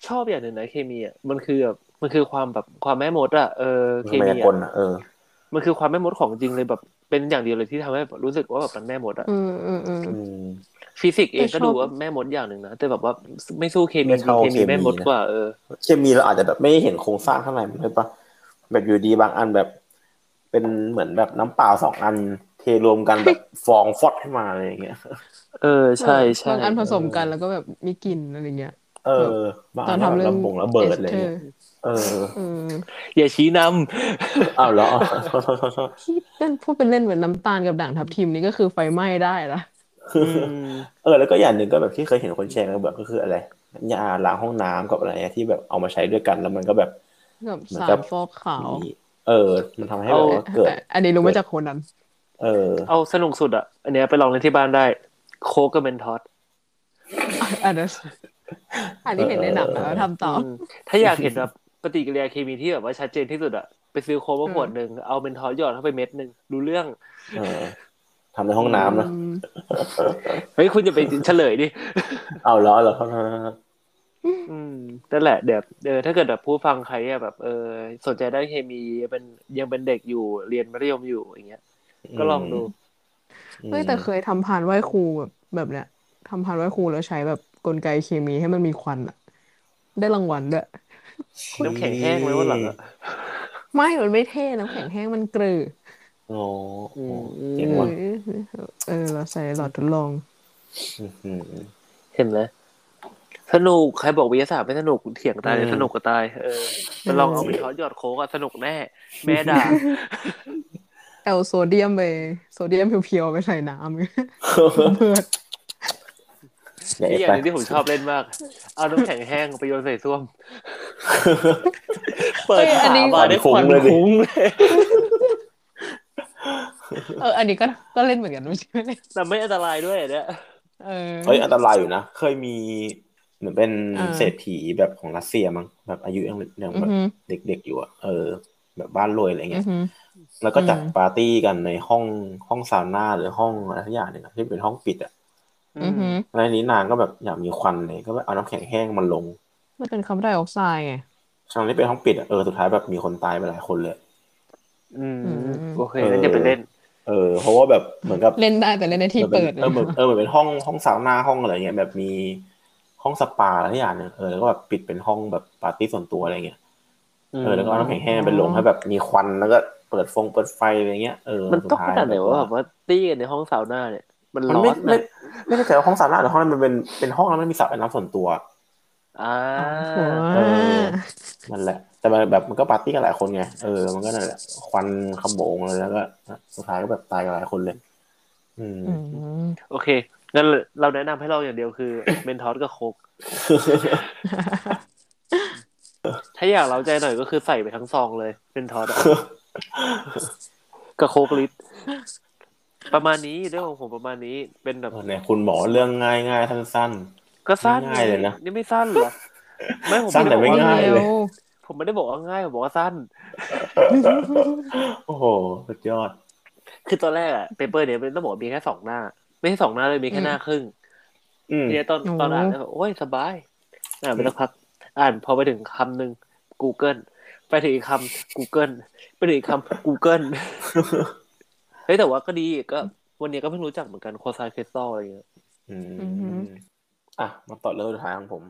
Speaker 1: ชอบอย่างหนึ่งนะเคมีอ่ะมันคือแบบมันคือความแบบความแม่มดอ่ะเออเค
Speaker 2: ไม
Speaker 1: มี
Speaker 2: ยากล
Speaker 1: อ่ะ
Speaker 2: อ่ะเออ
Speaker 1: มันคือความแม่มดของจริงเลยแบบเป็นอย่างเดียวเลยที่ทำให้แบบรู้สึกว่าแบบมันแม่มดอ่ะ
Speaker 3: อืมอืมอืม
Speaker 2: อืม
Speaker 1: ฟิสิกส์เอง
Speaker 3: แต่ช
Speaker 1: ก็
Speaker 3: อบ
Speaker 1: ดูว่าแม่มดอย่างหนึ่งนะแต่แบบว่าไม่สู้เคมี
Speaker 2: ไม่เท่า
Speaker 1: เคมี
Speaker 2: เคมี
Speaker 1: แม่มด
Speaker 2: นะ
Speaker 1: กว่าเออ
Speaker 2: เคมีเราอาจจะแบบไม่เห็นโครงสร้างเท่าไหร่มันเลยปะแบบอยู่ดีบางอันแบบ เป็นเหมือนแบบน้ำเปล่าสองอัน เทรวมกัน
Speaker 3: <laughs>
Speaker 2: แบบฟองฟอดขึ้นมาอะไรอย่างเงี้ย
Speaker 1: เออใช่ใช่
Speaker 3: บางอันผสมกันแล้วก็แบบมีกลิ่นอะไรเงี้ย
Speaker 2: เออบาง
Speaker 3: ต
Speaker 2: อั
Speaker 3: อน
Speaker 2: แบ
Speaker 3: น
Speaker 2: บ
Speaker 3: ทำเรื่อง
Speaker 2: ลำบงระเบิดอะไรเงี้ย
Speaker 3: เอสเตอร์
Speaker 2: เออ
Speaker 3: เออ
Speaker 1: อย่าชี้นำ
Speaker 2: เอา <laughs> แล้ว
Speaker 3: ที่เล่นพูดเป็นเล่นเหมือนน้ำตาลกับด่างทับทิมนี่ก็คือไฟไหม้ได้ละ
Speaker 1: อืม
Speaker 2: เออแล้วก็อย่างหนึ่งก็แบบที่เคยเห็นคนแชร์กันแบบก็คืออะไรยาล้างห้องน้ำกับอะไรที่แบบเอามาใช้ด้วยกันแล้วมันก็แบบ
Speaker 3: กับ
Speaker 2: เหมือน
Speaker 3: สา
Speaker 2: กั
Speaker 3: ร
Speaker 2: บ
Speaker 3: ฟอกขาว
Speaker 2: มีเออ มันทำให้แบบว่าเกิด
Speaker 3: แต่อันนี้รู้มาจากคน <laughs> นั้น
Speaker 2: เออ
Speaker 1: เอาสนุกสุดอ่ะอันเนี้ยไปลองเล่นที่บ้านได้ โคกกับเมนทอส
Speaker 3: อันนั้นอันนี้เห็นในหนังแล้วทำต่อ
Speaker 1: มถ้าอยากเห็นแบบปฏิกิริยาเคมีที่แบบว่าชัดเจนที่สุดอ่ะไปซื้อโคกมาขวดหนึ่งเอาเมนทอสหยอดเข้าไปเม็ดหนึ่งรู้เรื่อง
Speaker 2: เออทำในห้องน้ำนะ
Speaker 3: อืม
Speaker 1: เฮ้ยคุณจะไปเฉลยดิ
Speaker 2: เอาแล้วเหรอ
Speaker 1: อืมนั่นแหละเดี๋ยวเออถ้าเกิดแบบผู้ฟังใครอะแบบเออสนใจด้านเคมีเป็นยังเป็นเด็กอยู่เรียนมัธยมอยู่อย่างเงี้ย ก็ลองดู
Speaker 3: เฮ้ยแต่เคยทำพานไหว้ครูแบบแบบเนี้ยทำพานไหว้ครูแล้วใช้แบบกลไกเคมีให้มันมีควันอะได้รางวัลด้วย
Speaker 1: น้ำแข็งแห้งไว้วันหลังอะ
Speaker 3: ไม่มันไม่เท่น้ำแข็งแห้งมันเกลือ
Speaker 2: โอ้โห
Speaker 3: อ
Speaker 2: เจ๋งว่ะ
Speaker 3: เออเราใส่หลอดทดลอง
Speaker 2: อืม
Speaker 1: เห็นไหมสนุกใครบอกวิทยาศาสตร์ไม่สนุกเถียงตาย
Speaker 2: อืม
Speaker 1: เลยสนุกก็ตายเออแต่ลองเอาไปทอดหยอดโค้กอะสนุกแน่ แม่ด่า
Speaker 3: แอลโซเดียมไปโซเดียมเพียวๆไปใส่น้ำ เพื่อ
Speaker 2: เนี่ย
Speaker 1: นี่อย่าง
Speaker 2: ไป
Speaker 1: หนึงที่ผมชอบเล่นมาก เอาน้ำแข็งแห้งไปโยนใส่ส้วม เปิดฝาบาร์ได้ควันคุ้งเลย
Speaker 3: เออ อันนี้ก็ก็เล่นเหมือนกันไม่ใช่ไหม
Speaker 1: แต่ไม่อันตรายด้วยอันเนี่ย
Speaker 3: เออ
Speaker 2: เฮ้ยอันตรายอยู่นะ เคยมีเหมือนเป็น
Speaker 3: อ่า
Speaker 2: เศรษฐีแบบของรัสเซียมั้งแบบอายุยังยัง
Speaker 3: อื
Speaker 2: แบ
Speaker 3: อบ ฮึ
Speaker 2: เด็กๆอยู่อะเออ แบบบ้านรวยอะไร
Speaker 3: อื
Speaker 2: เงี้
Speaker 3: อย ฮึ
Speaker 2: แล้วก็จัดปาร์ตี้กันในห้องห้องซาวน่าหรือห้องอะไรทุกอย่างเนี่ยนะที่เป็นห้องปิดอะ
Speaker 3: อือฮึ
Speaker 2: แล้วทีนี้นางก็แบบอยากมีควันเลยก็แบบเอาน้ำแข็งแห้งมันลง
Speaker 3: มันเป็นคาร์บอนไดออกไซด์ไง
Speaker 2: ช่วงที่เป็นห้องปิดอะเออสุดท้ายแบบมีคนตายไปหลายคนเลย
Speaker 1: อืม
Speaker 3: อืม
Speaker 1: โอเคงั้นอย่าไปเล่น
Speaker 2: เออ เพราะว่าแบบเหมือนกับ
Speaker 3: เล่นได้แต่เล่นในที่เปิด
Speaker 2: เออเหมือนเออเหมือนเป็นห้องห้องซาวน่าห้องอะไรเงี้ยแบบมีห้องสปาอะไรทุกอย่างเนี่ยเออแล้วก็แบบปิดเป็นห้องแบบปาร์ตี้ส่วนตัวอะไรเงี้ยเออแล้วก็เอาน้ำแข็งแห้งเป็นลงให้แบบมีควันแล้วก็เปิดฟงเปิดไฟอะไรเงี้ยเออ
Speaker 1: มันต้องข
Speaker 2: สุท้ย
Speaker 1: นาดไหนวะแบบว่าตี้กันในห้องสาวหน้าเนี่ย มัน
Speaker 2: มัน
Speaker 1: ร้อ
Speaker 2: ไม่
Speaker 1: นนะ
Speaker 2: ไม่ไม่ได้แต่ว่าห้องซาวน่าหรือห้องนั้นมันเป็นเป็นห้องแล้วมันมีสระว่ายน้ำส่วนตัว
Speaker 1: อ่า
Speaker 3: โอ้โห
Speaker 2: เออ นั่นแหละ แต่มันแบบมันก็ปาร์ตี้กันหลายคนไงเออมันก็นั่นแหละควันขโมงเลยแล้วก็สุดท้ายก็แบบตายกันหลายคนเลย อืม
Speaker 3: อืม
Speaker 1: โอเคงั้นเราแนะนำให้ลองอย่างเดียวคือ เมนทอสกับโคก <laughs> ถ้าอยากเราใจหน่อยก็คือใส่ไปทั้งซองเลยเมนทอสอะกับโคกลิตรประมาณนี้เรื่องของผมประมาณนี้เป็นแบบ
Speaker 2: เนี่ยคุณหมอเรื่องง่ายง่ายๆสั้น
Speaker 1: ก็สั้น
Speaker 2: ง่ายเลยนะ
Speaker 1: นี่ไม่สั้นเหรอไม่ผม
Speaker 2: สั้นแต่ไม่
Speaker 1: ด้บอกว่
Speaker 2: ง่ายเลย
Speaker 3: ร็ว
Speaker 1: ผมไม่ได้บอกว่าง่ายผมบอกว่าสั้น
Speaker 2: ๆ โอ้โหสุดยอด
Speaker 1: คือตอนแรกอะเปเปอร์เนี่ยมันต้องบอกว่ามีแค่สองหน้า ไม่ใช่สองหน้าเลยมีแค่หน้าครึ่ง
Speaker 2: อืม
Speaker 1: เนี่ยตอนตอนอ่านแล้วแบบโอ้ยสบาย อ่านไปสักพัก อ่านพอไปถึงคำหนึ่ง Google ไปถึงอีกคำ Google ไปถึงอีกคำ
Speaker 2: <laughs>
Speaker 1: Google เฮ้ยแต่ว่าก็ดีก็วันนี้ก็เพิ่งรู้จักเหมือนกันโคไซคริสตัลอะไรเงี้ย
Speaker 2: อืม
Speaker 3: อือหือ
Speaker 2: อ่ะมาต่อเรื่องสุดท้ายของผม